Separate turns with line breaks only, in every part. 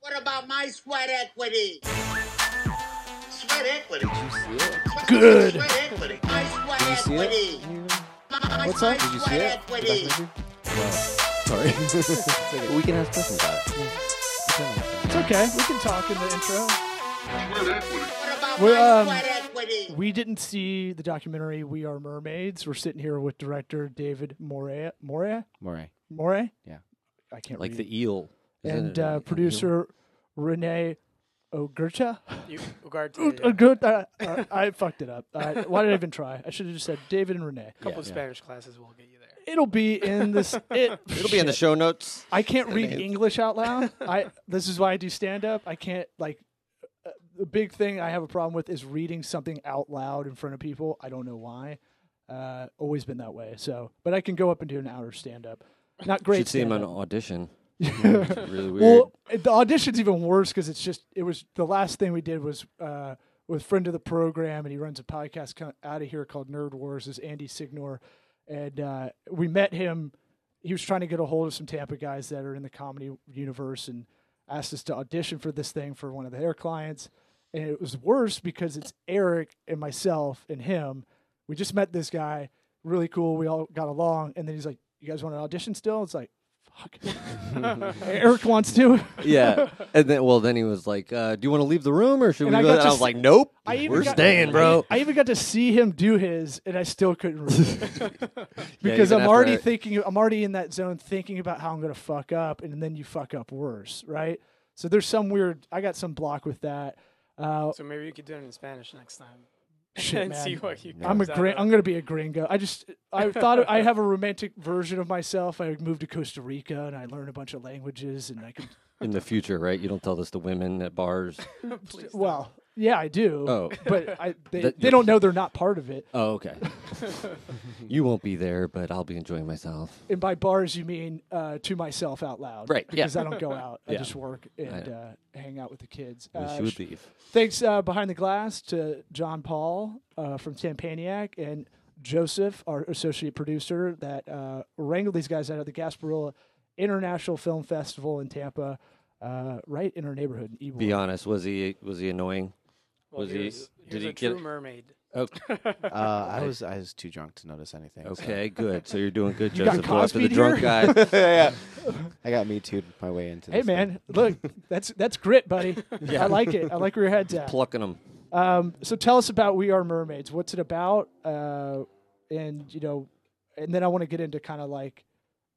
What about my sweat equity? Sweat equity.
you see it?
Sweat-
Good.
Sweat equity. My sweat
Did you see
equity.
it?
My,
What's
my
up? Did you
sweat
see it?
equity.
Sorry. we can ask questions about it.
It's okay. We can talk in the intro.
What about
Well,
my
um,
sweat equity?
We didn't see the documentary We Are Mermaids. We're sitting here with director David Morea. Morea?
Moray.
Moray?
Yeah.
I can't
Like
read.
the eel. Is
and
it a-
uh,
an
producer Renee Ogurta.
You, regard to the, uh,
Ogurta. Uh, I fucked it up. I, why did I even try? I should have just said David and Renee.
couple of
yeah.
Spanish classes will get you there.
It'll be in this. It,
It'll be in the show notes.
I can't read English out loud. I this is why I do stand up. I can't like uh, the big thing I have a problem with is reading something out loud in front of people. I don't know why. Uh, always been that way. So, but I can go up and do an hour stand up. Not
You
great.
should see him on
stand-up.
audition. really weird.
Well, it- the audition's even worse because it's just it was the last thing we did was uh, with friend of the program, and he runs a podcast co- out of here called Nerd Wars. Is Andy Signor, and uh, we met him. He was trying to get a hold of some Tampa guys that are in the comedy universe, and asked us to audition for this thing for one of their clients. And it was worse because it's Eric and myself and him. We just met this guy, really cool. We all got along, and then he's like, "You guys want an audition still?" It's like, "Fuck." Eric wants to.
yeah. And then, well, then he was like, uh, "Do you want to leave the room, or should
And
we?"
I
go?
got
And
to
I was
s-
like, "Nope,
I even
we're
got-
staying, bro."
I even got to see him do his, and I still couldn't read because
even
I'm
after
already
I-
thinking. I'm already in that zone thinking about how I'm gonna fuck up, and then you fuck up worse, right? So there's some weird. I got some block with that. Uh,
So maybe you could do it in Spanish next time
shit,
and
man.
see what you.
I'm a
comes out
gr-
of.
I'm gonna be a gringo. I just I thought I have a romantic version of myself. I moved to Costa Rica and I learned a bunch of languages and I could
In the future, right? You don't tell this to women at bars.
Please don't.
well yeah I do
Oh.
but I they,
That-
they don't know they're not part of it.
Oh, okay. you won't be there, but I'll be enjoying myself.
and by bars you mean uh, to myself out loud,
Right, yeah.
Because I don't go out; I
Yeah.
just work and
know.
uh, hang out with the kids.
Wish
Uh,
you
sh-
would leave.
Thanks uh, behind the glass to John Paul uh, from Tampaniac and Joseph, our associate producer, that uh, wrangled these guys out of the Gasparilla International Film Festival in Tampa, uh, right in our neighborhood in Ybor.
Be honest. Was he was he annoying?
Well,
was he-
here's-
did
here's
he
a
get
true
it?
mermaid?
Oh,
Uh, I was I was too drunk to notice anything. so-
okay, good. So you're doing good,
got
Joseph. Go after the
Cosby'd
drunk
here?
guy.
yeah, I got me too my way into.
Hey
this thing.
man, look, that's that's grit, buddy. I like it. I like where your head's at.
plucking him.
Um, so tell us about We Are Mermaids. What's it about? Uh, and you know, and then I want to get into kind of like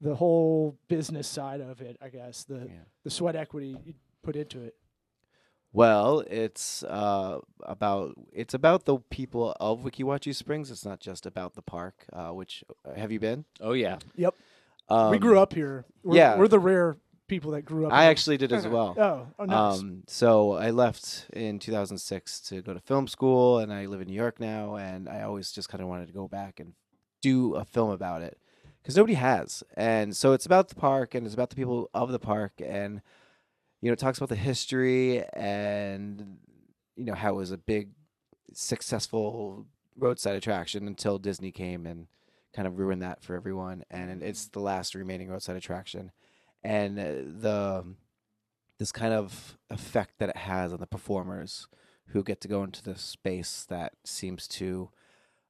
the whole business side of it. I guess the
Yeah.
the sweat equity you put into it.
Well, it's uh, about it's about the people of Wikiwachi Springs. It's not just about the park. Uh, which have you been?
Oh yeah.
Yep,
Um,
we grew up here. We're,
yeah.
we're the rare people that grew up.
I
in-
actually did as well.
Oh, oh nice.
Um, so I left in 2006 to go to film school, and I live in New York now. And I always just kind of wanted to go back and do a film about it because nobody has. And so it's about the park, and it's about the people of the park, and you know, it talks about the history, and you know how it was a big, successful roadside attraction until Disney came and kind of ruined that for everyone. And it's the last remaining roadside attraction, and uh, the this kind of effect that it has on the performers who get to go into this space that seems to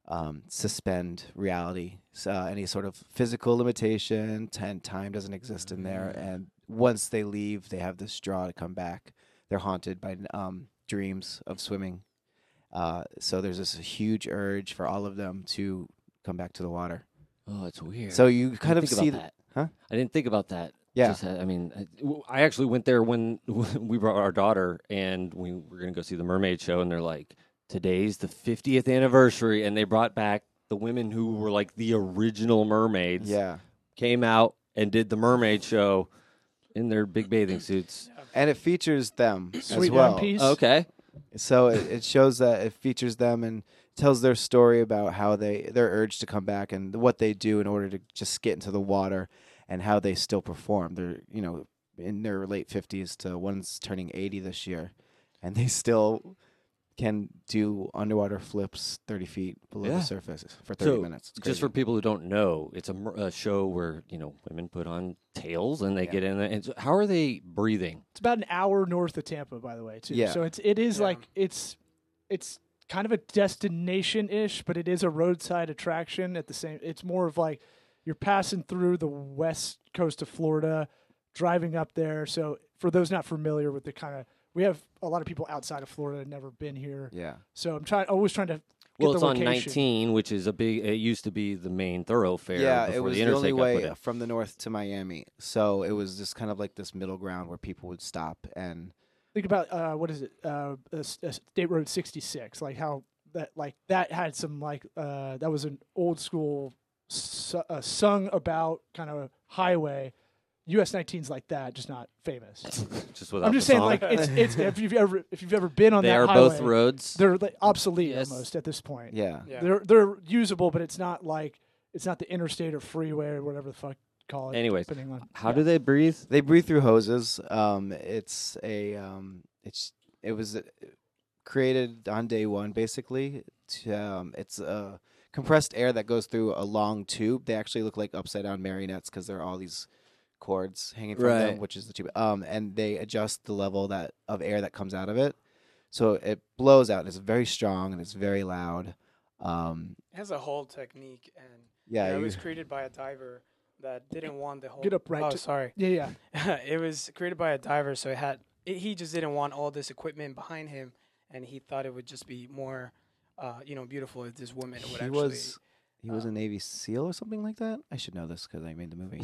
um, suspend reality. So, uh, any sort of physical limitation, and time doesn't exist in there.
Mm.
And once they leave, they have this draw to come back. They're haunted by um, dreams of swimming. Uh, so there's this huge urge for all of them to come back to the water.
Oh, it's weird.
So you
I
kind
didn't
of
think
see
about
th-
that.
huh?
I didn't think about that.
Yeah.
Just, uh, I mean, I, w- I actually went there when we brought our daughter and we were going to go see the mermaid show, and they're like, today's the 50th anniversary, and they brought back the women who were like the original mermaids.
Yeah.
Came out and did the mermaid show in their big bathing suits.
And it features them as
Sweet
well.
one piece.
Okay.
So it, it shows that it features them and tells their story about how they their urge to come back and what they do in order to just get into the water and how they still perform. They're you know in their late fifties to one's turning eighty this year, and they still can do underwater flips 30 feet below
Yeah.
the surface for 30
So,
minutes. It's
Just for
crazy.
people who don't know, it's a, mer- a show where you know women put on tails and they
Yeah.
get in there. And so how are they breathing?
It's about an hour north of Tampa, by the way, too.
Yeah.
So it's it is
Yeah.
like it's it's kind of a destination ish, but it is a roadside attraction at the same it's more of like you're passing through the west coast of Florida, driving up there. So for those not familiar with the kind of we have a lot of people outside of Florida that never been here.
yeah.
So I'm trying always trying to get
Well,
the
it's on
location.
19, which is a big. It used to be the main thoroughfare.
Yeah,
before
it was
the,
the,
interstate
only
got put
way
up.
from the north to Miami. So it was just kind of like this middle ground where people would stop and
Think about uh, what is it? Uh, uh, S- uh, State Road 66. Like how that like that had some like uh, that was an old school su- uh, sung about kind of highway. US 19's like that, just not famous.
Just without
I'm just
the
saying,
song.
like it's it's if you've ever if you've ever been on
they
that
are
highway,
both roads.
they're like, obsolete
Yes.
almost at this point.
yeah.
Yeah.
They're they're usable, but it's not like it's not the interstate or freeway or whatever the fuck you call it.
Anyways,
depending on
How do they breathe?
They breathe through hoses. Um, it's a um, it's it was uh, created on day one basically. To, um, it's uh, compressed air that goes through a long tube. They actually look like upside down marionettes because there are all these cords hanging from them,
Right.
which is the tube. Um, and they adjust the level that of air that comes out of it, so it blows out. And it's very strong and it's very loud. Um,
It has a whole technique, and
yeah,
yeah, it
you-
was created by a diver that didn't want the whole.
Get up right
Oh,
to-
sorry.
yeah yeah
it was created by a diver, so it had. It, he just didn't want all this equipment behind him, and he thought it would just be more, uh, you know, beautiful if this woman would
he
actually.
was he
um,
was a Navy SEAL or something like that. I should know this because I made the movie.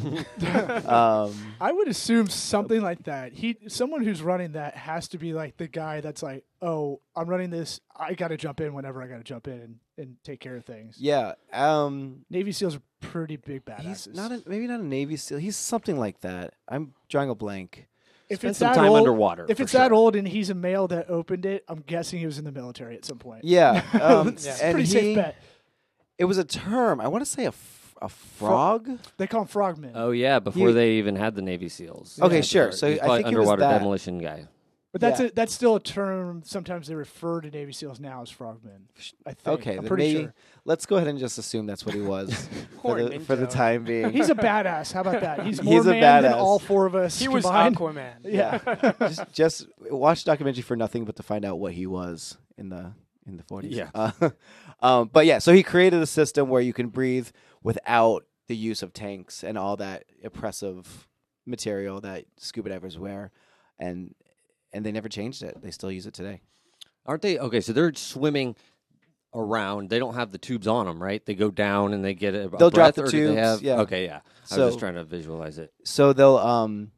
um,
I would assume something like that. He, someone who's running that has to be like the guy that's like, oh, I'm running this. I got to jump in whenever I got to jump in and, and take care of things.
Yeah. Um
Navy SEALs are pretty big badasses.
he's not a, maybe not a Navy SEAL. He's something like that. I'm drawing a blank.
if
Spend
it's
some
that
time
old,
underwater.
if
for
it's that
sure.
old and he's a male that opened it, I'm guessing he was in the military at some point.
Yeah. Um
it's a
and
pretty
he-
safe bet.
It was a term. I want to say a f- a frog.
They call him frogmen.
Oh yeah, before
You-
they even had the Navy SEAls.
Okay,
Yeah,
sure.
they're-
So
he's
I
probably
think it was
underwater
that.
demolition guy.
but that's
yeah.
a, that's still a term. Sometimes they refer to Navy SEAls now as frogmen. I think.
Okay,
I'm
then
pretty
maybe
sure.
let's go ahead and just assume that's what he was for,
Poor
the, for the
Minto.
time being.
He's a badass. How about that? He's
He's
more
a
man than
badass.
all four of us.
He was
combined.
Aquaman.
yeah. just just watch the documentary for nothing but to find out what he was in the in the 40s.
Yeah.
Uh, um, but yeah, so he created a system where you can breathe without the use of tanks and all that oppressive material that scuba divers wear and and they never changed it. They still use it today.
Aren't they? Okay, so they're swimming around. They don't have the tubes on them, right? They go down and they get a a
They'll
breath,
drop the
or do they
tubes,
have-
yeah.
Okay, yeah. I
So-
was just trying to visualize it.
So they'll um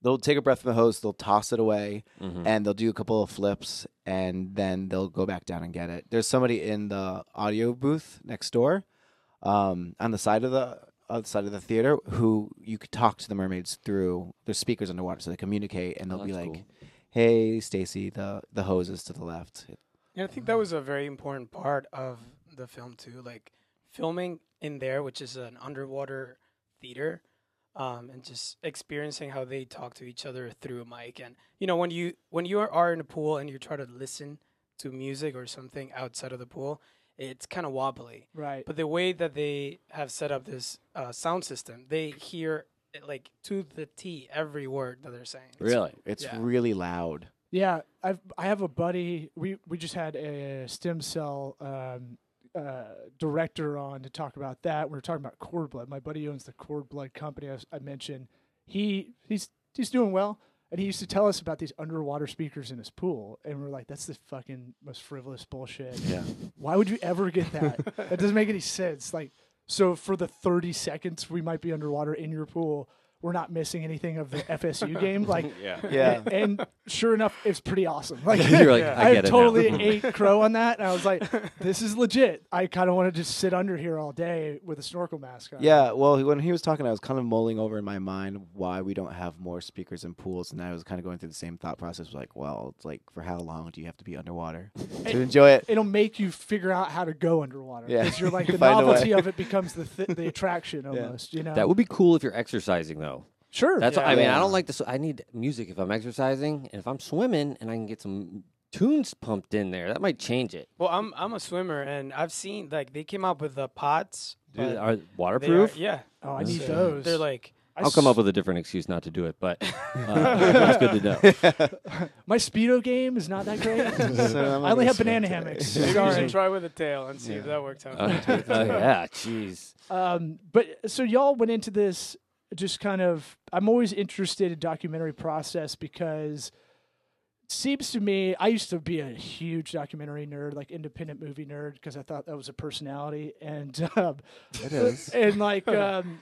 they'll take a breath from the hose, they'll toss it away,
Mhm.
and they'll do a couple of flips and then they'll go back down and get it. There's somebody in the audio booth next door, um, on the side of the other side of the theater who you could talk to the mermaids through their speakers underwater, so they communicate and
Oh,
they'll be
that's
like,
cool.
"Hey, Stacy, the the hose is to the left."
Yeah, I think that was a very important part of the film too. Like filming in there, which is an underwater theater, um, and just experiencing how they talk to each other through a mic. And you know, when you when you are in a pool and you try to listen to music or something outside of the pool, it's kind of wobbly.
Right.
But the way that they have set up this uh, sound system, they hear it, like to the T every word that they're saying. It's-
Really?
It's
Yeah.
really loud.
Yeah, I've I have a buddy. We we just had a stem cell um, uh, director on to talk about that. We were talking about cord blood. My buddy owns the cord blood company I, s- I mentioned. He he's he's doing well, and he used to tell us about these underwater speakers in his pool, and we are like, that's the fucking most frivolous bullshit.
Yeah.
Why would you ever get that? that doesn't make any sense. Like, so for the 30 seconds we might be underwater in your pool, we're not missing anything of the FSU game. Like,
Yeah.
Yeah.
and, and sure enough, it's pretty awesome. Like
You're like, I
I,
get it now.
totally ate crow on that, and I was like, "This is legit." I kind of want to just sit under here all day with a snorkel mask on.
Yeah, well, he- when he was talking, I was kind of mulling over in my mind why we don't have more speakers in pools, and I was kind of going through the same thought process, like, well, it's like for how long do you have to be underwater to enjoy it?
it'll make you figure out how to go underwater
Yeah.
because you're like the
Find a way.
novelty of it becomes the th- the attraction almost. You know,
That would be cool if you're exercising though.
sure.
That's
Yeah.
I mean, I
Yeah.
don't like this. I need music if I'm exercising, and if I'm swimming, and I can get some tunes pumped in there. That might change it.
Well, I'm I'm a swimmer, and I've seen like they came out with the pots.
Dude,
but
are
they are-
waterproof?
yeah,
Oh, I need
So
those.
They're like
I
I'll come up
s-
with a different excuse not to do it, but uh, that's good to know.
my speedo game is not that great.
So
I only have banana hammocks.
maybe you should
Sorry.
try with a tail and see if that works out.
Uh, uh, yeah, jeez.
Um, but so y'all went into this just kind of. I'm always interested in documentary process because it seems to me I used to be a huge documentary nerd, like independent movie nerd, because I thought that was a personality and. Um,
It is.
and like um,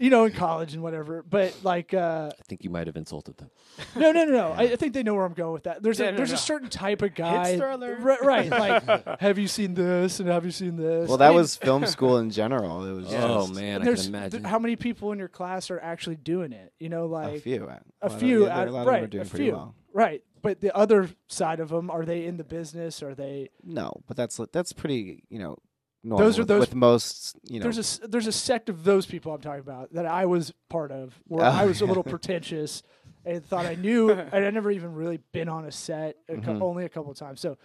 you know in college and whatever but like uh,
I think you might have insulted them.
no no no no I, I think they know where i'm going with that there's
Yeah,
a
no,
there's
no.
a certain type of guy
Hipster alert.
Ri- right, like have you seen this and have you seen this
Well,
I
that
mean,
was film school in general. It was
Oh
just
man, I can
there's
imagine.
th- how many people in your class are actually doing it you know like
a few.
a
Well, yeah,
few
there are
out,
a lot of them
right
are doing
a
pretty
few
well.
right but the other side of them are they in the business are they
No, but that's that's pretty. You know, normal
Those are
with,
those-
with most. You know,
there's a s- there's a sect of those people I'm talking about that I was part of where
Oh,
I was a little pretentious and thought I knew and I never even really been on a set a cou-
Mhm.
only a couple of times. So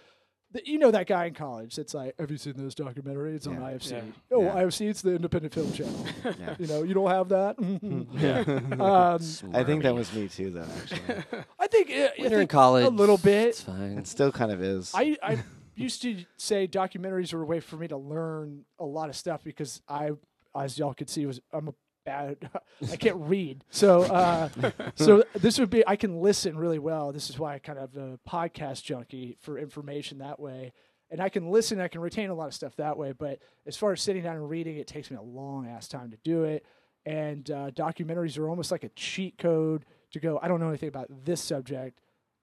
th- you know that guy in college that's like, have you seen this documentary? It's on
Yeah.
IFC.
Yeah.
Oh,
Yeah.
IFC, it's the independent film channel.
yeah. Hmm.
you know, you don't have that.
yeah.
um,
I think
Smarmy.
that was me too, though. Actually,
I think, uh, I
when you're in
think
college.
a little
It's
bit.
fine.
it still kind of is.
I, I used to say documentaries were a way for me to learn a lot of stuff because I, as y'all could see, was I'm a bad. I can't read, so uh, so this would be I can listen really well. This is why I kind of a podcast junkie for information that way, and I can listen. I can retain a lot of stuff that way. But as far as sitting down and reading, it takes me a long ass time to do it. And uh, documentaries are almost like a cheat code to go. I don't know anything about this subject.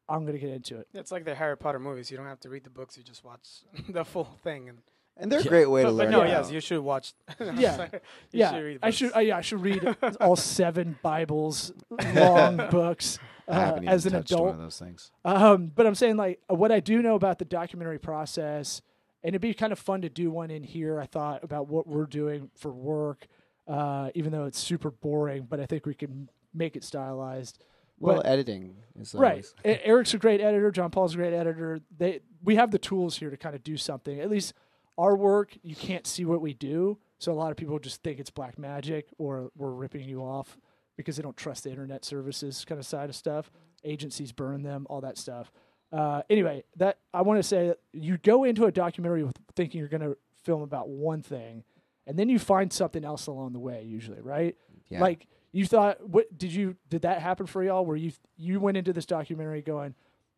I'm gonna get into it.
It's like the Harry Potter movies. You don't have to read the books. You just watch the full thing. And
and they're a
Yeah.
great way to
but, but
learn.
no,
about-
yes, you should watch. I'm
Yeah.
sorry. You
yeah,
should read
I should.
books.
I, yeah, I should read all seven Bibles, long books
I
uh,
haven't even
as an
touched one
adult.
of those things.
Um, but I'm saying like what I do know about the documentary process, and it'd be kind of fun to do one in here. I thought about what we're doing for work, uh, even though it's super boring, but I think we can make it stylized.
Well,
But-
editing is
Right.
always-
E- Eric's a great editor. John Paul's a great editor. They we have the tools here to kind of do something. At least our work, you can't see what we do, so a lot of people just think it's black magic or we're ripping you off because they don't trust the internet services kind of side of stuff. Agencies burn them, all that stuff. Uh, anyway, that I want to say that you go into a documentary with thinking you're going to film about one thing, and then you find something else along the way. Usually, right?
Yeah.
Like you thought, what did you did that happen for y'all? Where you you went into this documentary going,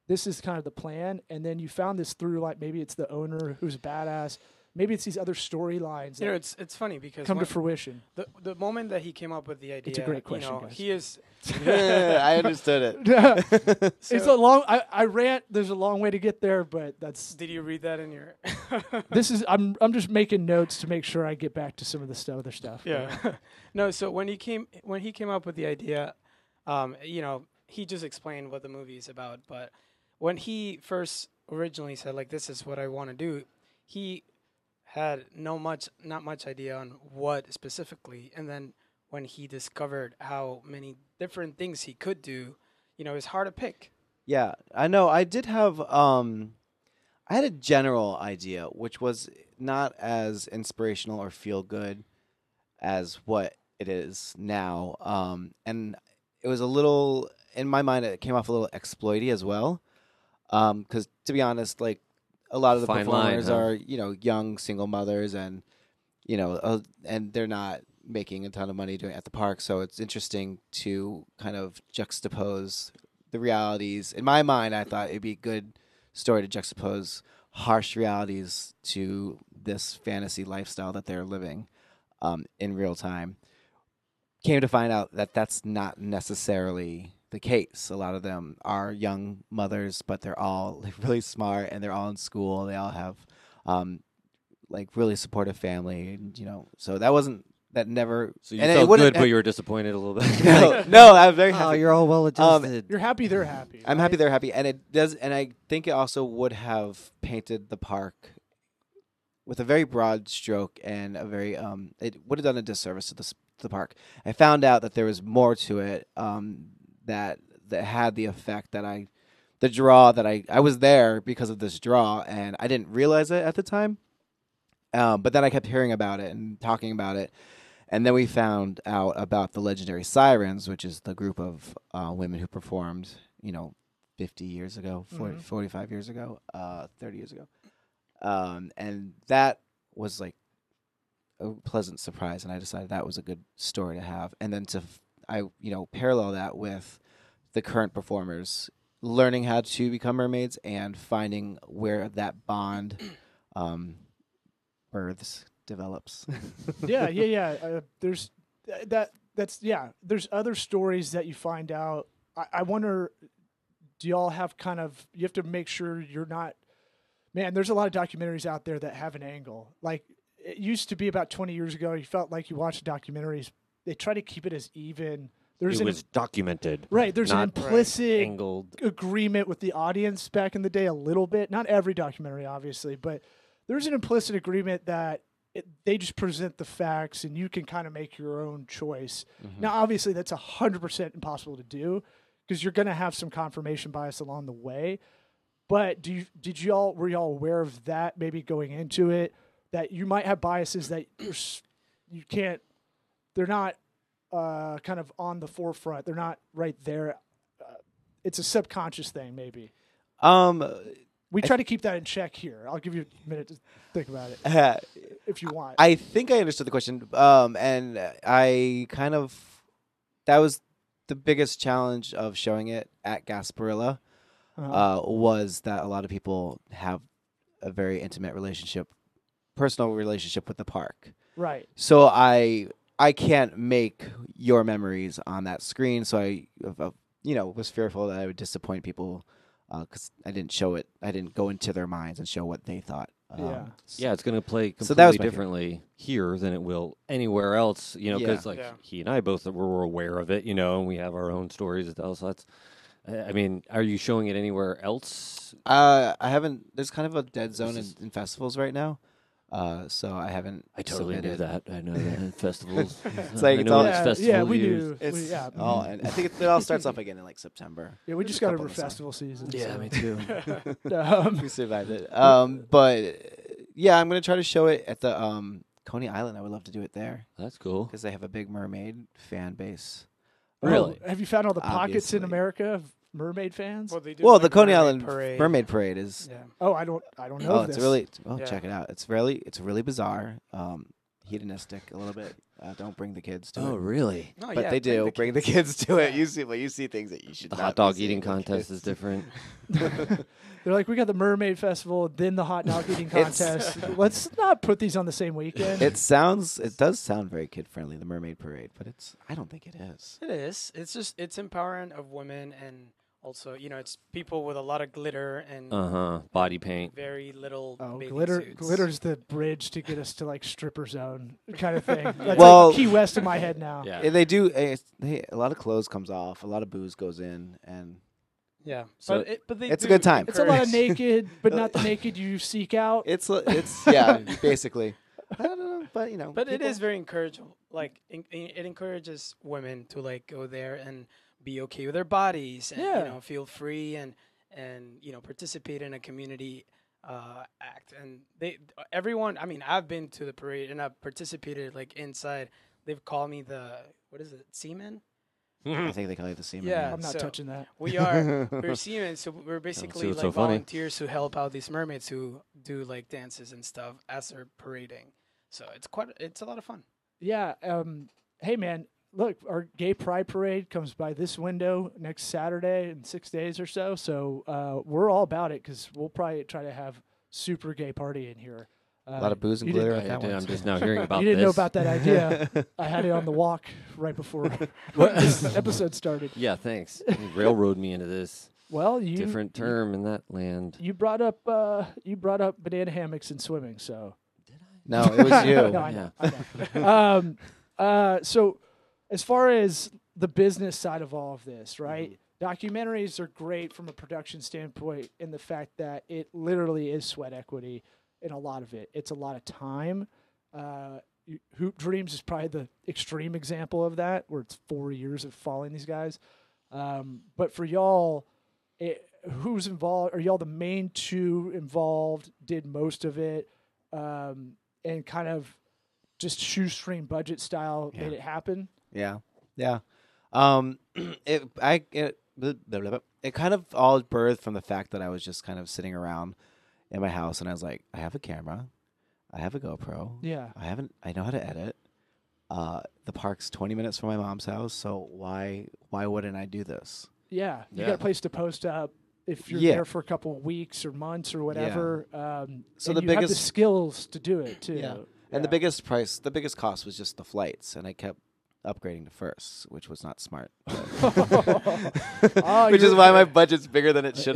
this is kind of the plan, and then you found this through like maybe it's the owner who's a badass, maybe it's these other storylines
You know,
that
it's it's funny because
come to
when-
fruition.
the the moment that he came up with the idea,
a great question,
You know,
guys.
he is.
I understood it.
it's
So-
a long. I, I rant. There's a long way to get there, but that's
Did you read that in your?
this is. I'm I'm just making notes to make sure I get back to some of the st- other stuff.
Yeah. no, so when he came when he came up with the idea, um, you know, he just explained what the movie is about, but when he first originally said like this is what I want to do, he had no much not much idea on what specifically and then when he discovered how many different things he could do, you know, it's hard to pick.
Yeah, I know. I did have um, I had a general idea, which was not as inspirational or feel good as what it is now. Um, and it was a little in my mind. It came off a little exploity as well, because to be honest, like a lot of the
Fine line,
performers
huh?
are you know young single mothers and you know, uh, and they're not making a ton of money doing at the park. So it's interesting to kind of juxtapose the realities. In my mind, I thought it'd be a good story to juxtapose harsh realities to this fantasy lifestyle that they're living um, in real time. Came to find out that that's not necessarily the case. A lot of them are young mothers, but they're all like, really smart and they're all in school. They all have um, like really supportive family, and you know, so that wasn't that never.
So you
and it
felt
wouldn't-
good, but you were disappointed a little bit.
no, no, I'm very happy.
Oh,
Um,
all well
You're happy. They're happy.
I'm
right?
happy they're happy, and it does. And I think it also would have painted the park with a very broad stroke and a very um. It would have done a disservice to the s- to the park. I found out that there was more to it um that that had the effect that I the draw that I I was there because of this draw, and I didn't realize it at the time. Um, but then I kept hearing about it and talking about it, and then we found out about the legendary Sirens, which is the group of uh, women who performed, you know, 50 years ago, 40,
Mhm.
45 years ago, uh, 30 years ago. Um, and that was like a pleasant surprise. And I decided that was a good story to have. And then to, f- I, you know, parallel that with the current performers learning how to become mermaids and finding where that bond um, births develops.
yeah, yeah, yeah. Uh, there's th- that. That's yeah. There's other stories that you find out. I, I wonder, do y'all have kind of? You have to make sure you're not. Man, there's a lot of documentaries out there that have an angle. Like it used to be about 20 years ago, you felt like you watched documentaries. They try to keep it as even. There's
it
an
was documented,
right. There's an
not
implicit
angled.
agreement with the audience back in the day a little bit. Not every documentary, obviously, but there's an implicit agreement that it, they just present the facts and you can kind of make your own choice. Now, obviously, that's 100% impossible to do because you're going to have some confirmation bias along the way. But do you, did you all, were y'all aware of that maybe going into it? That you might have biases that you're, s- you can't, they're not uh, kind of on the forefront. They're not right there it's a subconscious thing maybe
um,
we try to keep that in check here i'll give you a minute to think about it if you want
I think I understood the question. Um, and I kind of that was the biggest challenge of showing it at Gasparilla
Uh-huh.
uh, was that a lot of people have a very intimate relationship, personal relationship with the park.
right
So I I can't make your memories on that screen. So I uh, you know was fearful that I would disappoint people because I didn't show it. I didn't go into their minds and show what they thought. um,
Yeah.
Yeah, it's going to play completely
So that was my fear.
differently here than it will anywhere else. You know,
Yeah.
because like
Yeah.
he and I both were, were aware of it. You know, and we have our own stories to tell. So that's. I I mean, are you showing it anywhere else?
Uh, I haven't. There's kind of a dead zone in,
is-
in festivals right now, uh, so I haven't.
I totally knew
submitted.
that. I know that festivals. It's
like
I
it's
know
all-
it's
yeah,
festival
yeah we
years.
do
It's
we, yeah.
all, and I think it, it all starts off again in like September.
yeah we
There's
just
a
got
couple
over
in the summer.
festival season
Yeah,
so.
me too.
um,
we survived it. Um, but yeah, I'm gonna try to show it at the um Coney Island. I would love to do it there
That's cool.
because they have a big mermaid fan base. Oh,
Really?
oh, have you found all the pockets in
Obviously.
america of mermaid fans
Well, they do
Well,
like
the Coney
mermaid
Island
parade.
mermaid parade is.
Yeah.
oh i don't i don't know
Oh,
this.
it's really. Oh,
Yeah.
check it out. It's really. It's really bizarre. Um, hedonistic a little bit. Uh, don't bring the kids to it.
Oh, really?
No,
but
yeah,
they
bring
do
the
bring the kids to it. You see, well, you see things that you should.
The
not
hot
be
dog
seeing
eating
with
contest
kids.
is different.
they're like we got the mermaid festival then the hot dog eating
It's-
contest let's not put these on the same weekend
It sounds, it does sound very kid friendly, the Mermaid Parade, but it's. I don't think it is.
It is. It's just it's empowering of women and also you know it's people with a lot of glitter
Uh-huh.
and
Uh huh. Body paint.
very little
Oh,
bathing
glitter!
suits.
Glitter's the bridge to get us to like stripper zone kind of thing. That's
Well-
like Key West in my head now.
Yeah.
Eh, They do. eh, it's- They, a lot of clothes comes off, a lot of booze goes in, and
Yeah.
So-
but, it, but they
It's a
do
good time.
It's a lot of
encourage-
naked, but not the naked you seek out.
it's li- it's yeah, basically. I don't know, but you know,
But it
people-
is very encouraging. Like in, in- it encourages women to like go there and be okay with their bodies and
Yeah.
you know feel free and and you know participate in a community uh, act. And they everyone. I mean, I've been to the parade and I've participated like inside. They've called me the what is it seaman.
I think they call it the semen.
Yeah.
yeah.
I'm not
so-
touching that.
We are we're seamen, so we're basically
what's
like
so funny.
volunteers who help out these mermaids who do like dances and stuff as they're parading. So it's quite it's a lot of fun.
Yeah. Um, hey, man, look, our gay pride parade comes by this window next Saturday in six days or so. So uh, we're all about it because we'll probably try to have super gay party in here. Uh,
A lot of booze and
you didn't
glitter
I,
at that one.
am
too.
just now hearing about
you didn't
this.
know about that idea. I had it on the walk right before this episode started.
Yeah, thanks. You railroad me into this
Well, you
different term in that land.
You brought up uh, you brought up banana hammocks and swimming. So
No, it was you.
no, I know. I know. um, uh, so as far as the business side of all of this,
Mm-hmm.
right? Documentaries are great from a production standpoint in the fact that it literally is sweat equity in a lot of it. It's a lot of time. Uh, you- Hoop Dreams is probably the extreme example of that, where it's four years of following these guys. Um, but for y'all, it, who's involved? Are y'all the main two involved? Did most of it, um, and kind of just shoestring budget style
Yeah.
made it happen?
Yeah, yeah. Um, it I it, blah, blah, blah, blah. it kind of all birthed from the fact that I was just kind of sitting around in my house, and I was like, I have a camera, I have a GoPro,
Yeah,
I haven't, I know how to edit. Uh, the park's twenty minutes from my mom's house, so why why wouldn't I do this?
yeah. You
Yeah.
got a place to post up if you're
Yeah.
there for a couple of weeks or months or whatever. Um,
So
and
the
you have the
biggest-
skills to do it too.
Yeah. And the biggest price, the biggest cost was just the flights, and I kept upgrading to first, which was not smart.
Oh,
which is
you're-
why my budget's bigger than it should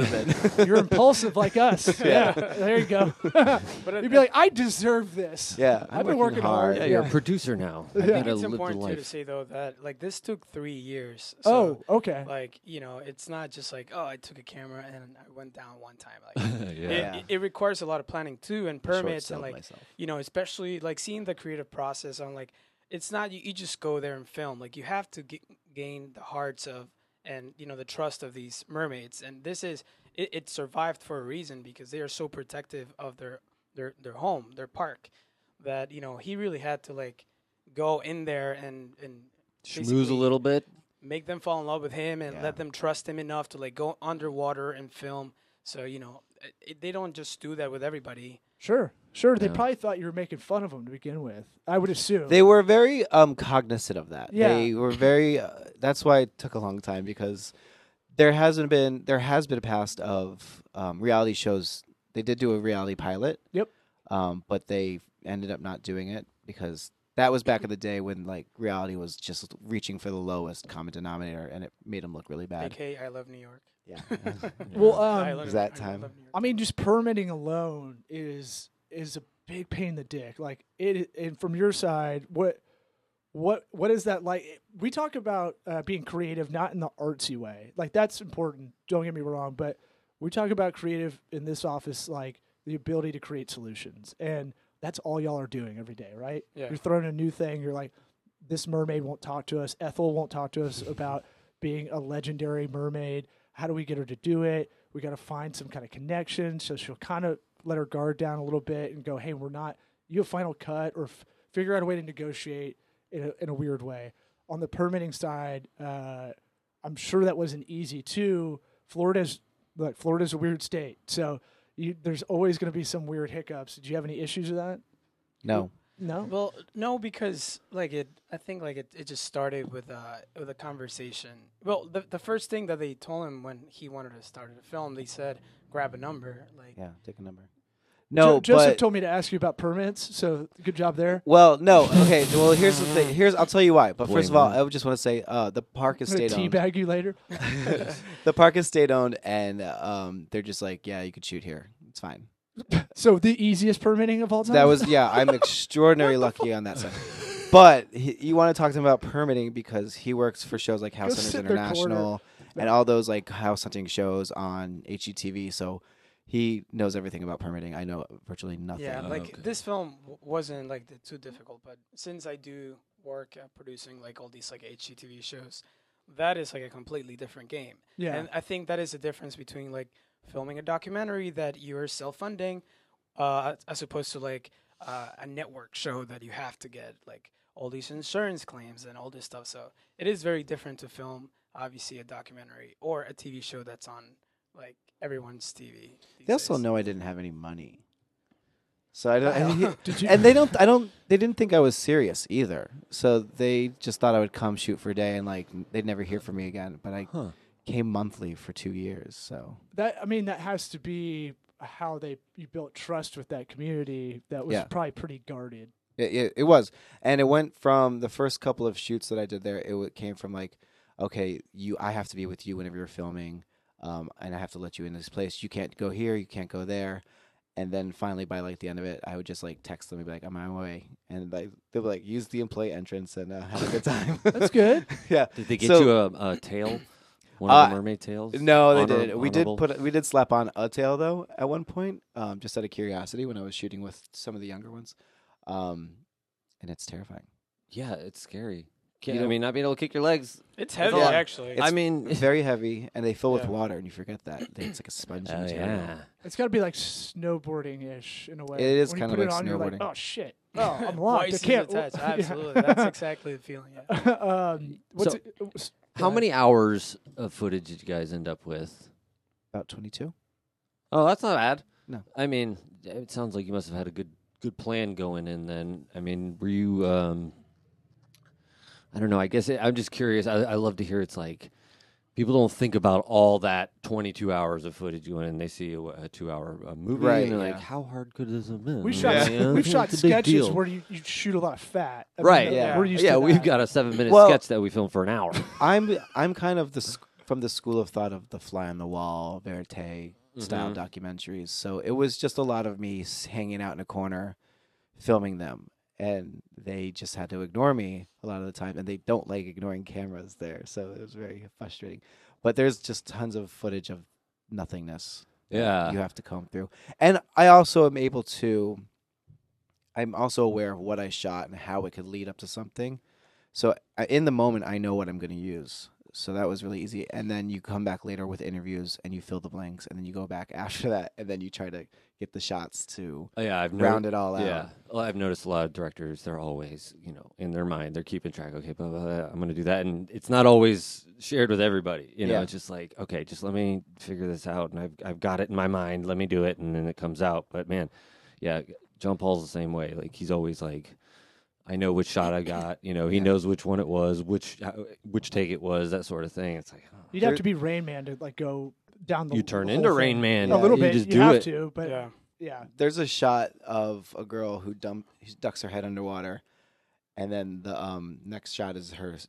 have been.
You're impulsive like us. yeah. there you go. You'd be like, I deserve this.
yeah,
I've been working hard.
Yeah,
Yeah.
you're a producer now. I think
Yeah. I
I
think
it's
lived the
important too to
life.
say though that like this took three years.
Oh,
So,
okay.
like you know, it's not just like oh, I took a camera and I went down one time. Like
yeah.
it,
Yeah.
it, it requires a lot of planning too and permits and
Short-sold
like
myself.
you know, especially like seeing the creative process on like it's not you, you just go there and film. Like you have to g- gain the hearts of and you know the trust of these mermaids. And this is it, it survived for a reason because they are so protective of their their their home, their park that you know he really had to like go in there and and
Schmooze a
basically
little bit.
make them fall in love with him and
Yeah.
let them trust him enough to like go underwater and film. So you know it, it, they don't just do that with everybody.
Sure, sure. They
Yeah.
probably thought you were making fun of them to begin with. I would assume.
They were very um, cognizant of that.
Yeah.
They were very. Uh, that's why it took a long time because there hasn't been there has been a past of um, reality shows. They did do a reality pilot.
Yep.
Um, but they ended up not doing it because that was back in the day when like reality was just reaching for the lowest common denominator, and it made them look really bad.
AKA I love New York.
Yeah.
well,
I
um,
love-
Is that
I
time?
love New York.
I mean, just permitting alone is is a big pain in the dick. Like it, and from your side, what what what is that like? We talk about uh, being creative, not in the artsy way. Like that's important. Don't get me wrong, but we talk about creative in this office, like the ability to create solutions, and that's all y'all are doing every day, right?
Yeah.
You're throwing a new thing. You're like, this mermaid won't talk to us. Ethel won't talk to us about being a legendary mermaid. How do we get her to do it? We got to find some kind of connection. So she'll kind of let her guard down a little bit and go, hey, we're not, you have final cut or f- figure out a way to negotiate in a, in a weird way. On the permitting side, uh, I'm sure that wasn't easy too. Florida's like Florida's a weird state, so you, there's always going to be some weird hiccups. Did you have any issues with that?
No.
No.
Well, no, because like it, I think like it, it just started with uh with a conversation. Well, the the first thing that they told him when he wanted to start a film, they said grab a number. Like
Yeah. Take a number. No,
Jo- Joseph
but
told me to ask you about permits, so good job there.
Well, no. Okay. Well, here's the thing. Here's I'll tell you why. But first of all,
Blame
I would just want to say uh, the park is
I'm gonna
state owned.
teabag you later.
the park is state owned, and um, they're just like, yeah, you could shoot here. It's fine.
So the easiest permitting of all time.
That was yeah. I'm extraordinarily lucky on that side. But he, you want to talk to him about permitting because he works for shows like House
Go
Hunters
sit in their corner.
International and all those like house hunting shows on HGTV. So he knows everything about permitting. I know virtually nothing.
yeah,
Oh,
like
okay.
this film w- wasn't like th- too difficult, but since I do work at producing like all these like HGTV shows, that is like a completely different game.
yeah.
And I think that is the difference between like filming a documentary that you're self-funding, uh, as opposed to like uh, a network show that you have to get like all these insurance claims and all this stuff. So it is very different to film obviously a documentary or a TV show that's on like everyone's TV. these
They also
days.
know I didn't have any money. So I don't.
Wow.
Did you-
and they don't. I don't. They didn't think I was serious either. So they just thought I would come shoot for a day and like they'd never hear from me again. But I
Huh.
came monthly for two years. So
that I mean that has to be how they you built trust with that community that was
Yeah.
probably pretty guarded.
it, it, it was, and it went from the first couple of shoots that I did there. It w- came from like, okay, you. I have to be with you whenever you're filming, um, and I have to let you in this place. You can't go here. You can't go there. And then finally, by like the end of it, I would just like text them and be like, "I'm on my way," and like they would like use the employee entrance and uh, have a good time.
That's good.
yeah.
Did they get
So-
you a, a tail? One of the
Uh,
mermaid tails?
No, they
Honor-
did. We
honorable?
did put we did slap on a tail though at one point, um, just out of curiosity when I was shooting with some of the younger ones, um, and it's terrifying.
Yeah, it's scary. Can't,
You know-
I mean, not being able to kick your legs.
It's
a
heavy,
lot.
actually.
I mean,
Very heavy, and they fill with
Yeah.
water, and you forget that. They- It's like a sponge.
oh,
material.
yeah.
It's got to be like snowboarding ish in a way.
It is
When you
kinda
put it
like
on, you're
snowboarding.
oh shit! Oh, I'm locked. I
Twice
can't.
attached.
Yeah.
Absolutely. That's exactly the feeling. Yeah.
um, what's
So-
it- it was-
How many hours of footage did you guys end up with?
About twenty-two.
Oh, that's not bad.
No.
I mean, it sounds like you must have had a good good plan going in then. I mean, were you um I don't know. I guess it, I'm just curious. I, I love to hear it's like people don't think about all that 22 hours of footage going in. They see a, a 2-hour uh movie
Right,
and they're
yeah.
like how hard could this have been?
We've shot.
You know,
We've
it's
shot
a big
sketches
deal.
where you, you shoot a lot of fat. I mean,
Right,
uh,
yeah.
We're used
yeah,
to
we've
that.
got a 7-minute
Well-
sketch that we filmed for an hour.
I'm I'm kind of the sc- from the school of thought of the fly on the wall verite style
Mhm.
documentaries. So it was just a lot of me s- hanging out in a corner, filming them, and they just had to ignore me a lot of the time, and they don't like ignoring cameras there. So it was very frustrating. But there's just tons of footage of nothingness that
yeah.
you have to comb through. And I also am able to I'm also aware of what I shot and how it could lead up to something. So I- in the moment I know what I'm going to use. So that was really easy. And then you come back later with interviews and you fill the blanks and then you go back after that and then you try to get the shots to
Oh, yeah, I've
round it all out.
Yeah, well, I've noticed a lot of directors. They're always, you know, in their mind, they're keeping track. Okay, blah, blah, blah, I'm going to do that, and it's not always shared with everybody. You know,
Yeah.
it's just like, okay, just let me figure this out, and I've I've got it in my mind. Let me do it, and then it comes out. But man, yeah, John Paul's the same way. Like he's always like. I know which shot I got. You know, he knows which one it was, which how- which take it was, that sort of thing. It's like oh,
You'd have to be Rain Man to like go down the.
you turn
the
into
whole thing.
Rain Man.
Yeah,
A little
you
bit.
Just
you
do
have
it.
to, but yeah.
yeah.
There's a shot of a girl who dump who ducks her head underwater and then the um next shot is her s-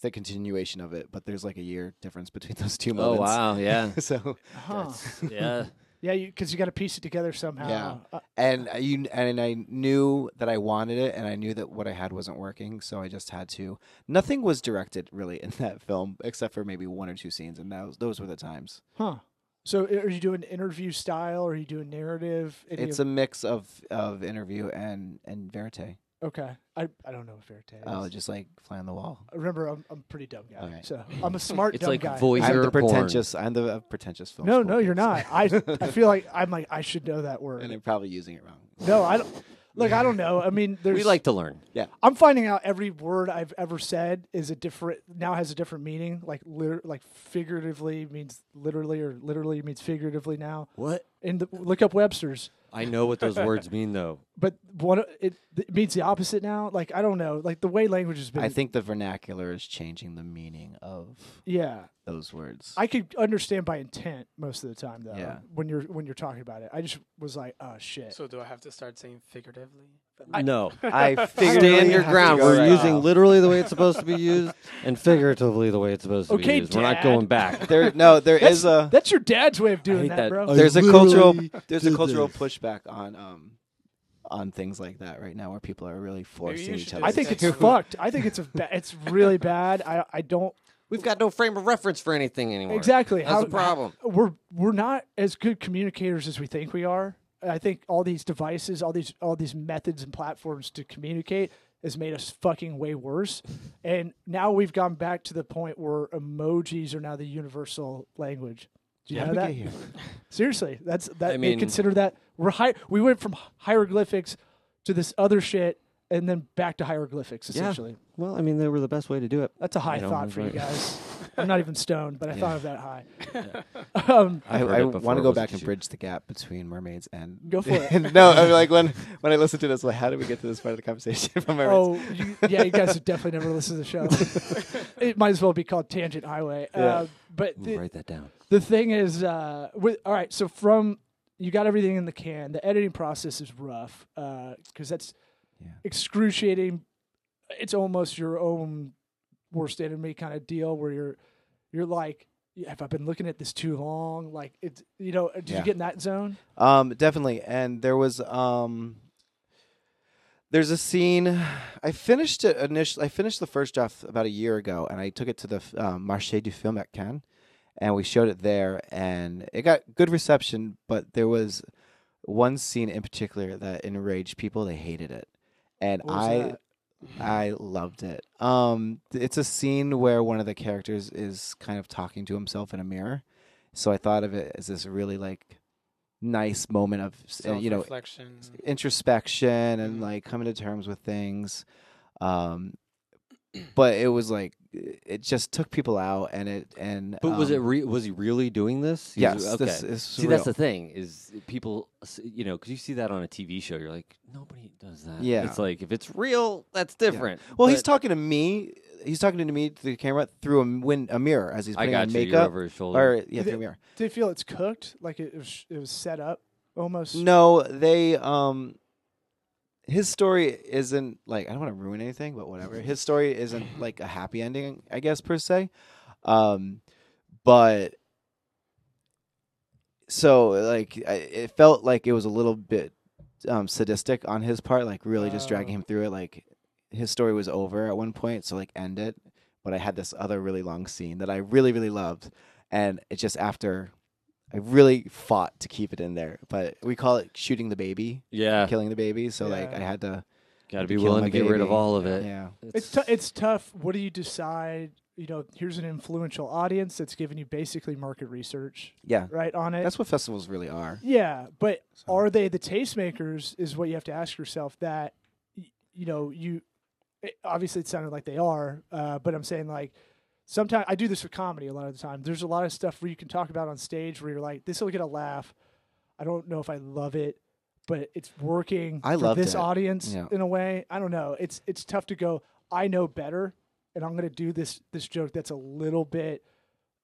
the continuation of it, but there's like a year difference between those two
Oh
moments.
wow, yeah,
so
Huh.
That's- yeah.
Yeah, because you, got to piece it together somehow.
Yeah.
Uh,
and I- you and I knew that I wanted it, and I knew that what I had wasn't working, so I just had to. Nothing was directed really in that film, except for maybe one or two scenes, and that was, those were the times.
huh. So i- are you doing interview style? Or are you doing narrative? Any
It's
of-
a mix of of interview and and verite.
okay. I, I don't know if Verite. is.
Oh, just like fly on the wall.
Remember, I'm I'm a pretty dumb guy.
Okay.
So I'm a smart
It's
dumb
like
guy.
voice
I'm
or
the
porn.
pretentious. I'm the uh, pretentious film.
No,
school
no, you're
kid,
not.
so-
I I feel like I'm like I should know that
and I'm
word.
probably using it wrong.
No, I don't. Look, I don't know. I mean, there's
We like to learn.
I'm finding out every word I've ever said is a different now has a different meaning. Like liter- like figuratively means literally, or literally means figuratively now.
What?
And the, look up Webster's,
I know what those words mean, though.
but one it, it means the opposite now. Like I don't know. Like the way language has been.
I think the vernacular is changing the meaning of
Yeah,
those words.
I could understand by intent most of the time though.
Yeah.
When you're when you're talking about it, I just was like, oh shit.
So do I have to start saying figuratively?
no,
I figured
stand your ground. We're
right.
using literally the way it's supposed to be used, and figuratively the way it's supposed to be
Okay,
used. We're not
Dad.
going back.
there. No, there is uh, a.
That's your dad's way of doing
hate
that,
that.
bro.
I
there's a cultural
literally
there's a
did
cultural
this.
pushback on um on things like that right now where people are really forcing
you
each
should
other.
do
I
It's
think
like-
it's fucked. I think it's a ba- it's really bad. I I don't
We've got no frame of reference for anything anymore.
exactly
That's the problem.
We're we're not as good communicators as we think we are. I think all these devices, all these all these methods and platforms to communicate has made us fucking way worse. And now we've gone back to the point where emojis are now the universal language. Do you
How
know
did we
that?
get here?
Seriously, that's that.
I
they
mean-
consider that we're high. We went from hieroglyphics to this other shit, and then back to hieroglyphics. Essentially,
Well, I mean, they were the best way to do it.
that's a high
You know,
thought for you
right.
guys. I'm not even stoned, but I thought of that high. Um,
I,
heard
I
it before,
want
it
to go
was a
back and
cheat.
bridge the gap between mermaids and
Go for it.
no, I mean, like when when I listen to this, like, how did we get to this part of the conversation from mermaids?
Oh, you, yeah, you guys have definitely never listened to the show. it might as well be called Tangent Highway. Uh, but
Ooh,
the,
write that down.
the thing is, uh, with, all right, so from you got everything in the can, the editing process is rough because that's
Yeah.
excruciating. It's almost your own worst enemy kind of deal where you're you're like, "Yeah, have I been looking at this too long? Like, it's you know, did
Yeah.
you get in that zone?
Um, definitely. And there was um, there's a scene. I finished it initially. I finished the first draft about a year ago, and I took it to the f- um, Marché du Film at Cannes, and we showed it there, and it got good reception. But there was one scene in particular that enraged people. They hated it, and
What was
I
that?
I loved it. Um, th- it's a scene where one of the characters is kind of talking to himself in a mirror. So I thought of it as this really like nice moment of s- uh, you know
reflection.
introspection and
Mhm.
Mm-hmm.
like coming to terms with things. Um, but it was like it just took people out and it and
But was it
um,
re- was he really doing this? He was-
yes,
okay.
this is
see, that's the
real.
thing is people, s- you know, because you see that on a TV show, you're like, nobody does that.
Yeah.
it's like if it's real, that's different.
Well, he's
But
talking to me. He's talking to me through the camera through a, win- a mirror as he's
I
putting
got
on
you. You're
makeup
over his shoulder.
or yeah, through a mirror.
Do you feel it's cooked? Like it was, it was set up almost?
No, they um his story isn't like I don't want to ruin anything, but whatever. His story isn't like a happy ending, I guess per se. Um but so like I, it felt like it was a little bit um sadistic on his part, like really just dragging
Oh.
him through it like his story was over at one point, so like end it. But I had this other really long scene that I really really loved and it just after I really fought to keep it in there, but we call it shooting the baby,
Yeah,
killing the baby. So like I
Yeah.
had to,
gotta
to
be
kill
willing
my
to get rid of
baby.
all of it.
yeah,
It's t- it's tough. What do you decide? You know, here's an influential audience that's giving you basically market research,
yeah.
right? On it.
That's what festivals really are.
yeah, but
So-
are they the tastemakers? Is what you have to ask yourself. That y- you know, you it, obviously it sounded like they are, uh, but I'm saying like sometimes I do this with comedy a lot of the time. There's a lot of stuff where you can talk about on stage where you're like, this will get a laugh. I don't know if I love it, but it's working
I
for
loved
this
it.
audience
Yeah.
in a way. I don't know. It's it's tough to go. I know better, and I'm going to do this this joke that's a little bit.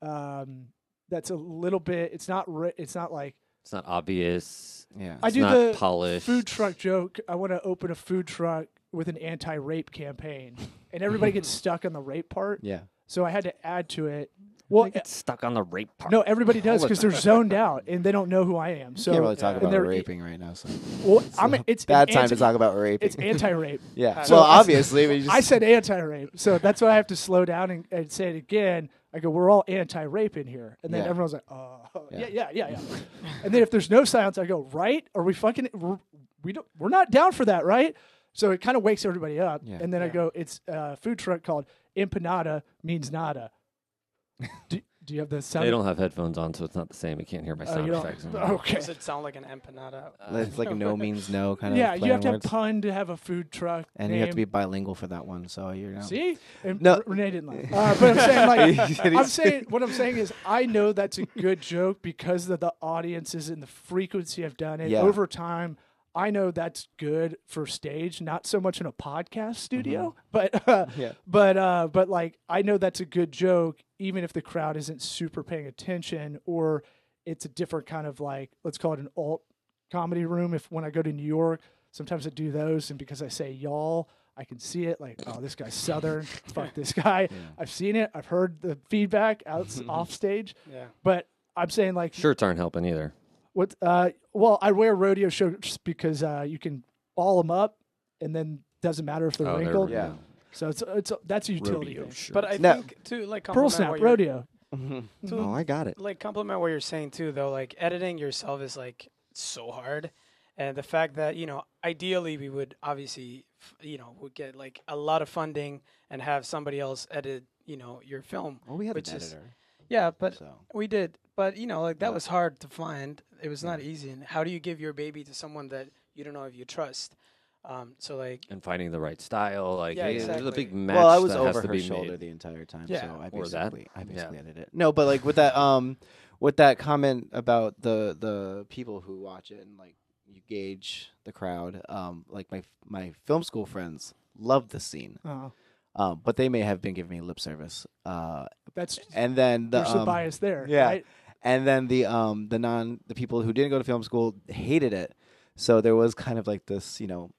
Um, that's a little bit. It's not. Ri- it's not like
It's not obvious.
Yeah,
I
It's
do
not
the
polished.
food truck joke. I want to open a food truck with an anti-rape campaign, and everybody gets stuck on the rape part.
yeah.
So I had to add to it.
Well,
Well, uh,
it's stuck on the rape part.
no, everybody does
All the
because they're zoned out and they don't know who I am. So
Can't really talk
and
about
they're-
raping right now. So
Well, I'm, it's
bad
an
time
anti-
to talk about raping.
It's anti-rape.
yeah.
So
well,
I s-
obviously, we just
I said anti-rape, so that's why I have to slow down and, and say it again. I go, we're all anti-rape in here, and then
Yeah.
everyone's like, oh,
Yeah.
yeah, yeah, yeah, yeah. and then if there's no silence, I go, right? Are we fucking? We're, we don't. We're not down for that, right? So it kind of wakes everybody up,
Yeah.
and then I
Yeah.
go, it's a food truck called Empanada means nada. do, do you have the sound?
they don't have headphones on, so it's not the same. I can't hear my
Oh,
sound
you don't-
effects.
Okay.
Does it sound like an empanada?
it's like no means no kind
Yeah,
of
you have to have
words.
pun to have a food truck,
and you have to be
name.
bilingual for that one. So you're not-
See, and
No.
R- Renee didn't like. Uh, but I'm saying like,
He-
I'm saying what I'm saying is I know that's a good joke because of the audiences and the frequency I've done it
Yeah.
over time. I know that's good for stage, not so much in a podcast studio, but uh,
Yeah.
but uh, but like I know that's a good joke, even if the crowd isn't super paying attention or it's a different kind of like let's call it an alt comedy room. If when I go to New York, sometimes I do those, and because I say y'all, I can see it. Like, oh, this guy's southern. Fuck this guy. I've seen it. I've heard the feedback out off stage.
Yeah.
But I'm saying like
Shirts aren't helping either.
what? Uh, well, I wear rodeo shirts because uh, you can ball them up, and then doesn't matter if they're
Oh, they're
wrinkled.
Yeah.
So it's it's that's a utility.
Rodeo
thing. uh,
shirts.
But I
No.
think to like
Pearl
compliment
snap
what you're-
rodeo.
to,
Oh, I got it.
like compliment what you're saying too though like editing yourself is like so hard and the fact that you know ideally we would obviously f- you know would get like a lot of funding and have somebody else edit you know your film
Well, we had an
Which is-
editor,
yeah but
so
we did but you know like that
Yeah.
was hard to find it was not easy and how do you give your baby to someone that you don't know if you trust um so like
and finding the right style, like
Yeah,
hey, there's a
exactly.
big match.
well, I was
that
over
has to
her
be
shoulder
made.
the entire time,
Yeah,
so I
or that.
basically, I
Yeah.
basically edited it. No, but like with that, um, with that comment about the the people who watch it and like you gauge the crowd, um, like my my film school friends loved the scene,
Uh,
um, but they may have been giving me lip service, uh,
that's
and then the
there's some
um,
bias there.
yeah.
right?
and then the um the non the people who didn't go to film school hated it so there was kind of like this you know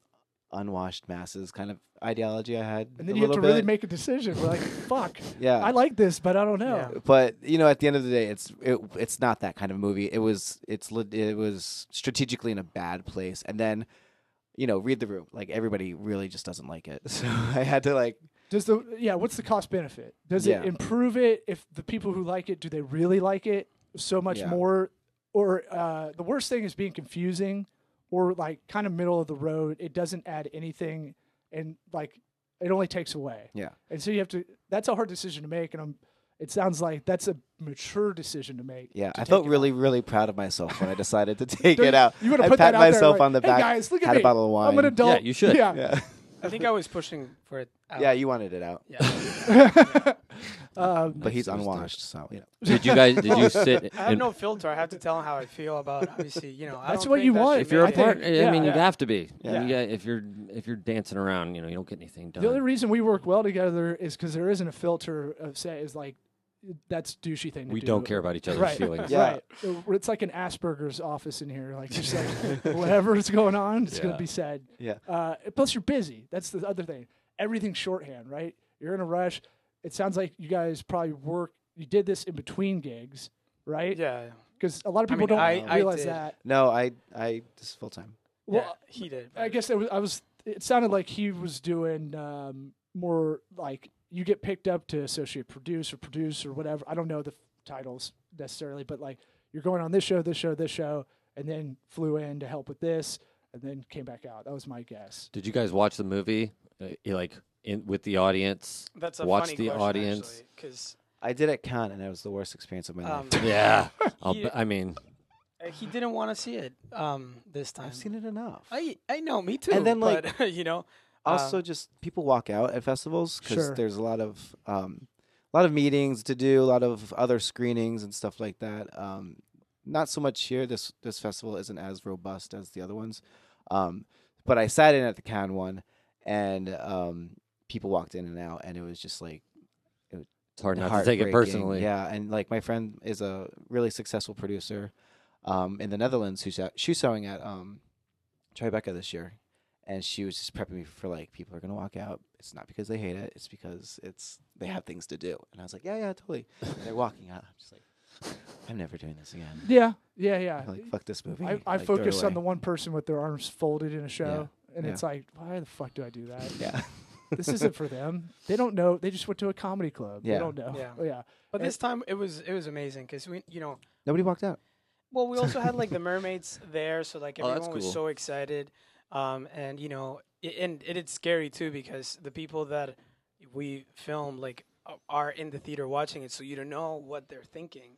unwashed masses kind of ideology i had
And then
a
you have to
little
really
bit.
make a decision. We're like, fuck,
yeah
I like this, but I don't know.
Yeah.
but you know at the end of the day it's it, it's not that kind of movie it was it's lit- it was strategically in a bad place and then you know read the room like everybody really just doesn't like it so i had to like
Does the yeah? What's the cost benefit? Does
Yeah.
it improve it? If the people who like it, do they really like it so much
Yeah.
more? Or uh, the worst thing is being confusing, or like kind of middle of the road. It doesn't add anything, and like It only takes away.
Yeah.
And so you have to. That's a hard decision to make, and I'm. It sounds like that's a mature decision to make.
Yeah,
to
I
take
felt
it
really,
off.
really proud of myself when I decided to take
Don't
it out.
You would have
I
put
pat
that out there,
myself
like,
on the
"Hey,
back.
guys, look at
had a
me.
bottle of wine.
I'm an adult.
you should.
Yeah.
Yeah.
I think I was pushing for it. Out.
yeah, you wanted it out,
yeah.
Um,
but he's unwashed, so you know.
Did you guys? Did you sit?
I have
and-
no filter. I have to tell him how I feel about. Obviously, you know. I
That's
don't
what
think
you
that
want.
should
if you're
be-
a
I think-
part, I
yeah.
mean, you
Yeah.
have to be.
Yeah.
You got- if you're if you're dancing around, you know, you don't get anything done.
The only reason we work well together is because there isn't a filter of say is like that's douchey thing. To
we
do.
don't care about each other's
Right.
feelings.
Yeah.
Right. Uh, It's like an Asperger's office in here. Like just like whatever's going on, it's
Yeah.
gonna be said.
Yeah.
Uh, plus you're busy. That's the other thing. Everything's shorthand, right? You're in a rush. It sounds like you guys probably work. You did this in between gigs, right?
Yeah. yeah.
Because a lot of people
mean,
don't
I- I
realize
did.
that.
No, I, I just full time.
Well,
Yeah, he did.
I guess it was, I was. It sounded like he was doing um, more like you get picked up to associate produce or produce or whatever. I don't know the f- titles necessarily, but like you're going on this show, this show, this show, and then flew in to help with this, and then came back out. That was my guess.
Did you guys watch the movie? Uh, you, like in with the audience.
That's a
watch
funny
the
question,
audience.
because
I did at Cannes, and it was the worst experience of my
um,
life.
Yeah. I'll,
He- uh,
bet- I mean,
he didn't want to see it um, this time.
I've seen it enough.
I I know, me too.
And then, like,
but, you know,
also
uh,
just people walk out at festivals because
Sure.
there's a lot of um, a lot of meetings to do, a lot of other screenings and stuff like that. Um, not so much here. This this festival isn't as robust as the other ones, um, but I sat in at the Cannes one, and um, people walked in and out, and it was just like
it's hard not to take it
heartbreaking.
personally.
Yeah, and like my friend is a really successful producer um, in the Netherlands who's at, shoe sewing at um, Tribeca this year, and she was just prepping me for like people are gonna walk out. It's not because they hate it; it's because it's they have things to do. And I was like, yeah, yeah, totally. And they're walking out. I'm just like, I'm never doing this again.
Yeah, yeah, yeah.
I'm like fuck this movie.
I, I
Like, throw it
focused on the
away.
one person with their arms folded in a show, and
yeah.
it's like, why the fuck do I do that?
yeah,
this isn't for them. They don't know. They just went to a comedy club.
Yeah.
They don't know.
Yeah.
yeah.
but
and-
this time it was it was amazing because we you know
nobody walked out.
Well, we also had like the mermaids there, so like
Oh, that's
everyone was
cool.
so excited, um, and you know, it, and it, it's scary too because the people that we film like a- are in the theater watching it, so you don't know what they're thinking,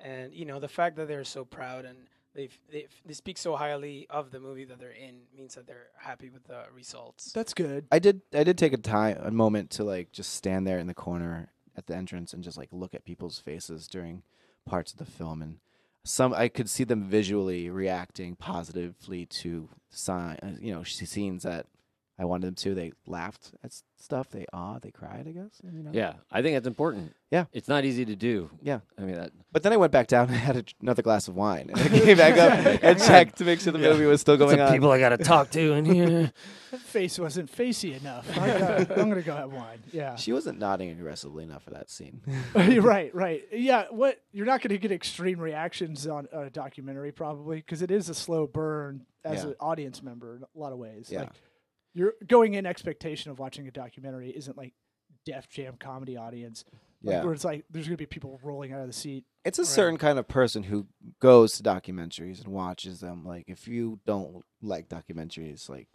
and you know the fact that they're so proud and they they they speak so highly of the movie that they're in means that they're happy with the results.
That's good.
I did I did take a time a moment to like just stand there in the corner at the entrance and just like look at people's faces during parts of the film and some I could see them visually reacting positively to sign uh, you know sh- scenes that I wanted them to they laughed at s- stuff they ah they cried I guess you know
Yeah, I think that's important.
Yeah.
It's not easy to do.
Yeah.
I mean, that,
but then I went back down and had a, another glass of wine and I came back up and checked to make sure the movie was still going on
I got to talk to in here.
face wasn't facey enough. I gotta- I'm gonna go have wine. Yeah,
she wasn't nodding aggressively enough for that scene
right, right. Yeah, what you're not gonna get extreme reactions on a documentary probably because it is a slow burn as
Yeah.
an audience member in a lot of ways.
Yeah.
Like you're going in expectation of watching a documentary isn't like Def Jam comedy audience. Like,
Yeah.
where it's like there's gonna be people rolling out of the seat.
it's a certain kind of person who goes to documentaries and watches them. Like if you don't like documentaries, like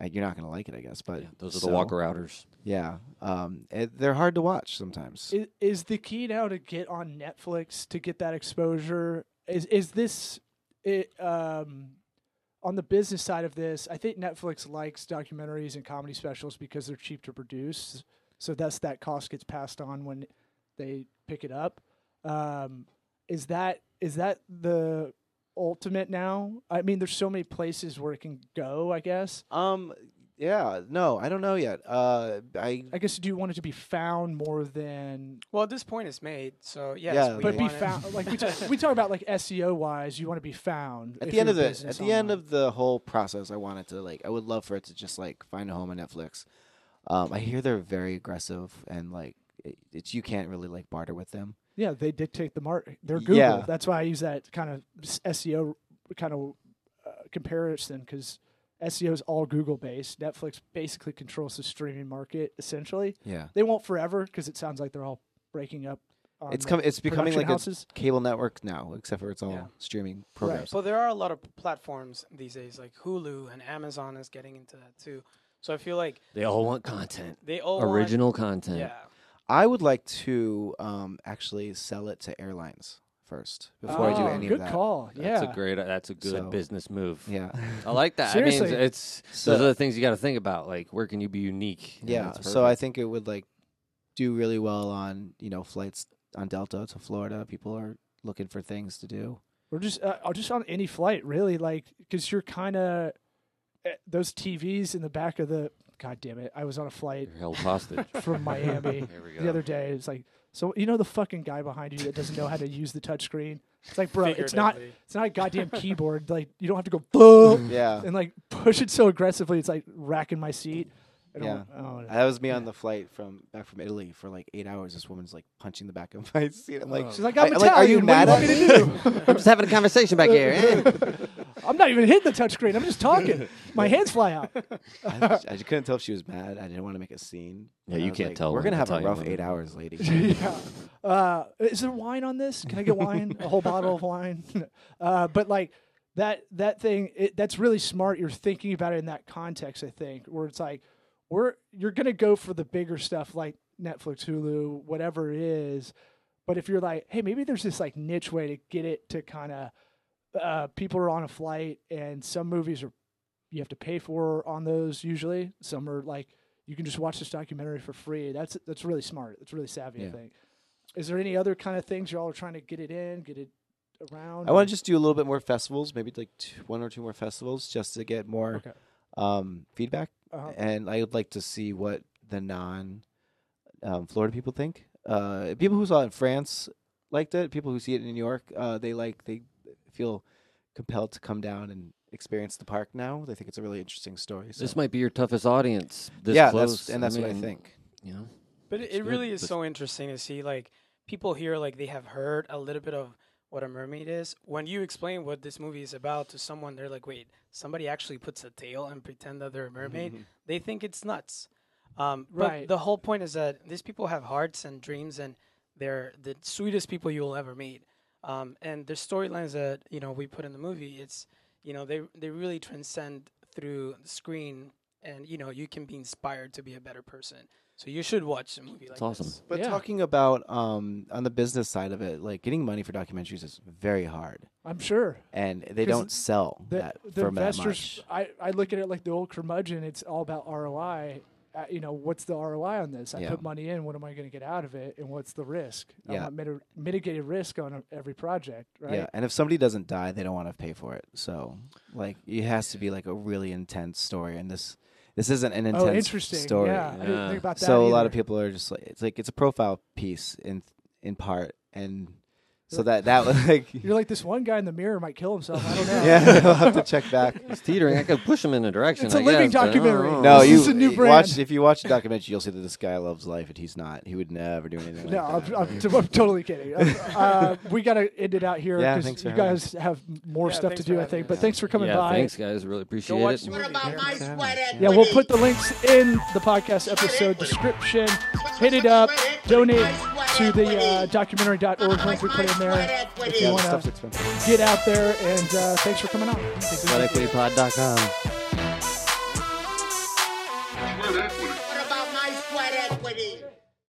uh, you're not gonna like it, I guess. But
those are the
so,
walker outers.
Yeah, um, it, they're hard to watch sometimes.
Is, is the key now to get on Netflix to get that exposure? Is is this it? Um, on the business side of this, I think Netflix likes documentaries and comedy specials because they're cheap to produce. So that's that cost gets passed on when they pick it up. Um, is that is that the ultimate now? I mean, there's so many places where it can go. I guess.
Um, yeah, no, I don't know yet. Uh, I
I guess do you want it to be found more than
Well, this point is made, so yes,
Yeah,
we
but be
want it.
found like we talk, we talk about like SEO wise, you want to be found
at
if
the end
you're
of
a
the
business
at the end
online.
of the whole process, I wanted to like I would love for it to just like find a home on Netflix. Um, I hear they're very aggressive and like it, it's you can't really like barter with them.
yeah, they dictate the market. They're
Yeah.
Google. That's why I use that kind of s- SEO kind of uh, comparison because SEO is all Google based. Netflix basically controls the streaming market essentially.
Yeah,
They won't forever because it sounds like they're all breaking up. On
it's
the
come. It's becoming
production
like a
houses.
cable network now, except for it's all
Yeah.
streaming programs.
Well, there are a lot of platforms these days, like Hulu and Amazon is getting into that too. So I feel like
They all want content,
they
Oh,
all want-
original content.
yeah.
I would like to um, actually sell it to airlines first before I do
Oh,
any
good
of that.
call.
That's
yeah.
a great. That's a good
So-
business move.
Yeah.
I like that. I mean,
Seriously.
it's
So-
those are the things you got to think about. Like, where can you be unique? and
Yeah.
that's
So I
perfect.
think it would like do really well on, you know, flights on Delta to Florida. People are looking for things to do.
Or just uh, or just on any flight, really, like because you're kind of those TVs in the back of the. God damn it! I was on a flight
you're held hostage.
from Miami
Here we go.
the other day. It's like, so you know the fucking guy behind you that doesn't know how to use the touchscreen. It's like, bro, it's not
Figuratively.
it's not a goddamn keyboard. Like you don't have to go "Fuck,"
Yeah.
and like push it so aggressively. It's like racking my seat. I don't,
Yeah.
I don't know.
That was me on the flight from back from Italy for like eight hours. This woman's like punching the back of my seat. I'm like,
She's like,
I-
I'm
I'm like, are you
Italian, what
mad
do
at
you
me?
I'm just having a conversation back here. eh?
I'm not even hitting the touchscreen. I'm just talking. My hands fly out.
I, just, I just couldn't tell if she was mad. I didn't want to make a scene.
Yeah,
And I
you
was
can't
like,
tell
We're
when
gonna
an
have a
Italian
rough
woman-
eight hours, lady.
yeah. Uh, is there wine on this? Can I get wine? a whole bottle of wine? uh, but like that that thing it, that's really smart. You're thinking about it in that context, I think, where it's like we're you're gonna go for the bigger stuff like Netflix, Hulu, whatever it is. But if you're like, hey, maybe there's this like niche way to get it to kind of uh, people are on a flight, and some movies are you have to pay for on those usually. Some are like you can just watch this documentary for free. That's that's really smart. That's really savvy. I
Yeah.
think. Is there any other kind of things y'all are trying to get it in, get it around?
I want to just do a little bit more festivals, maybe like two, one or two more festivals, just to get more
Okay.
um, feedback.
Uh-huh.
And I would like to see what the non um, Florida people think. Uh, people who saw it in France liked it. People who see it in New York, uh, they like they feel compelled to come down and experience the park now. They think it's a really interesting story. So.
This might be your toughest audience. This
yeah,
close.
that's, and that's what I
mean,
think.
You know,
But it,
It's
it really
good.
is
That's-
so interesting to see like people here like they have heard a little bit of what a mermaid is. When you explain what this movie is about to someone, they're like, "Wait, somebody actually puts a tail and pretend that they're a mermaid."
Mm-hmm.
They think it's nuts. Um,
Right.
But the whole point is that these people have hearts and dreams, and they're the sweetest people you'll ever meet. Um, and the storylines that you know we put in the movie, it's you know they they really transcend through the screen, and you know you can be inspired to be a better person. So you should watch a movie like
it's awesome.
this.
But
Yeah.
talking about um, on the business side of it, like getting money for documentaries is very hard,
I'm sure
and they
'Cause
don't sell
the,
that
the
for that
investors.
much.
I, I look at it like the old curmudgeon. It's all about ROI. Uh, you know, what's the ROI on this? I
Yeah.
put money in. What am I going to get out of it? And what's the risk? I
Yeah.
want miti- mitigated risk on uh, every project, right?
Yeah, and if somebody doesn't die, they don't want to pay for it. So, like, it has to be like a really intense story, and this this isn't an intense
oh, interesting.
story.
Yeah, I didn't
Yeah.
think about that.
So a lot of
either.
people are just like it's like it's a profile piece in in part, and so that that was like
You're like this one guy in the mirror might kill himself. I don't know.
yeah, I'll have to check back.
It's teetering. I could push him in a direction.
It's a
I
living
guess, but I don't
documentary.
know.
No,
This
you
is a new
you
brand.
watch if you watch a documentary, you'll see that this guy loves life and he's not. He would never do anything. like
No,
that.
I'm, I'm, t- I'm totally kidding. I'm- Uh, we got to end it out here
Yeah,
because
thanks for
you
having
guys have more
Yeah,
stuff to
thanks for
do, I
having
think.
us.
But thanks for coming
yeah,
by.
thanks guys. Really appreciate
watch
it.
the
What about my sweat equity?
Yeah, we'll put the links in the podcast episode description. Hit it up. Donate to the uh, documentary.org link we put in there. If you
yeah,
want
this stuff's
to
expensive.
get out there, and uh, thanks for coming on.
SweatEquityPod.com.
What about my sweat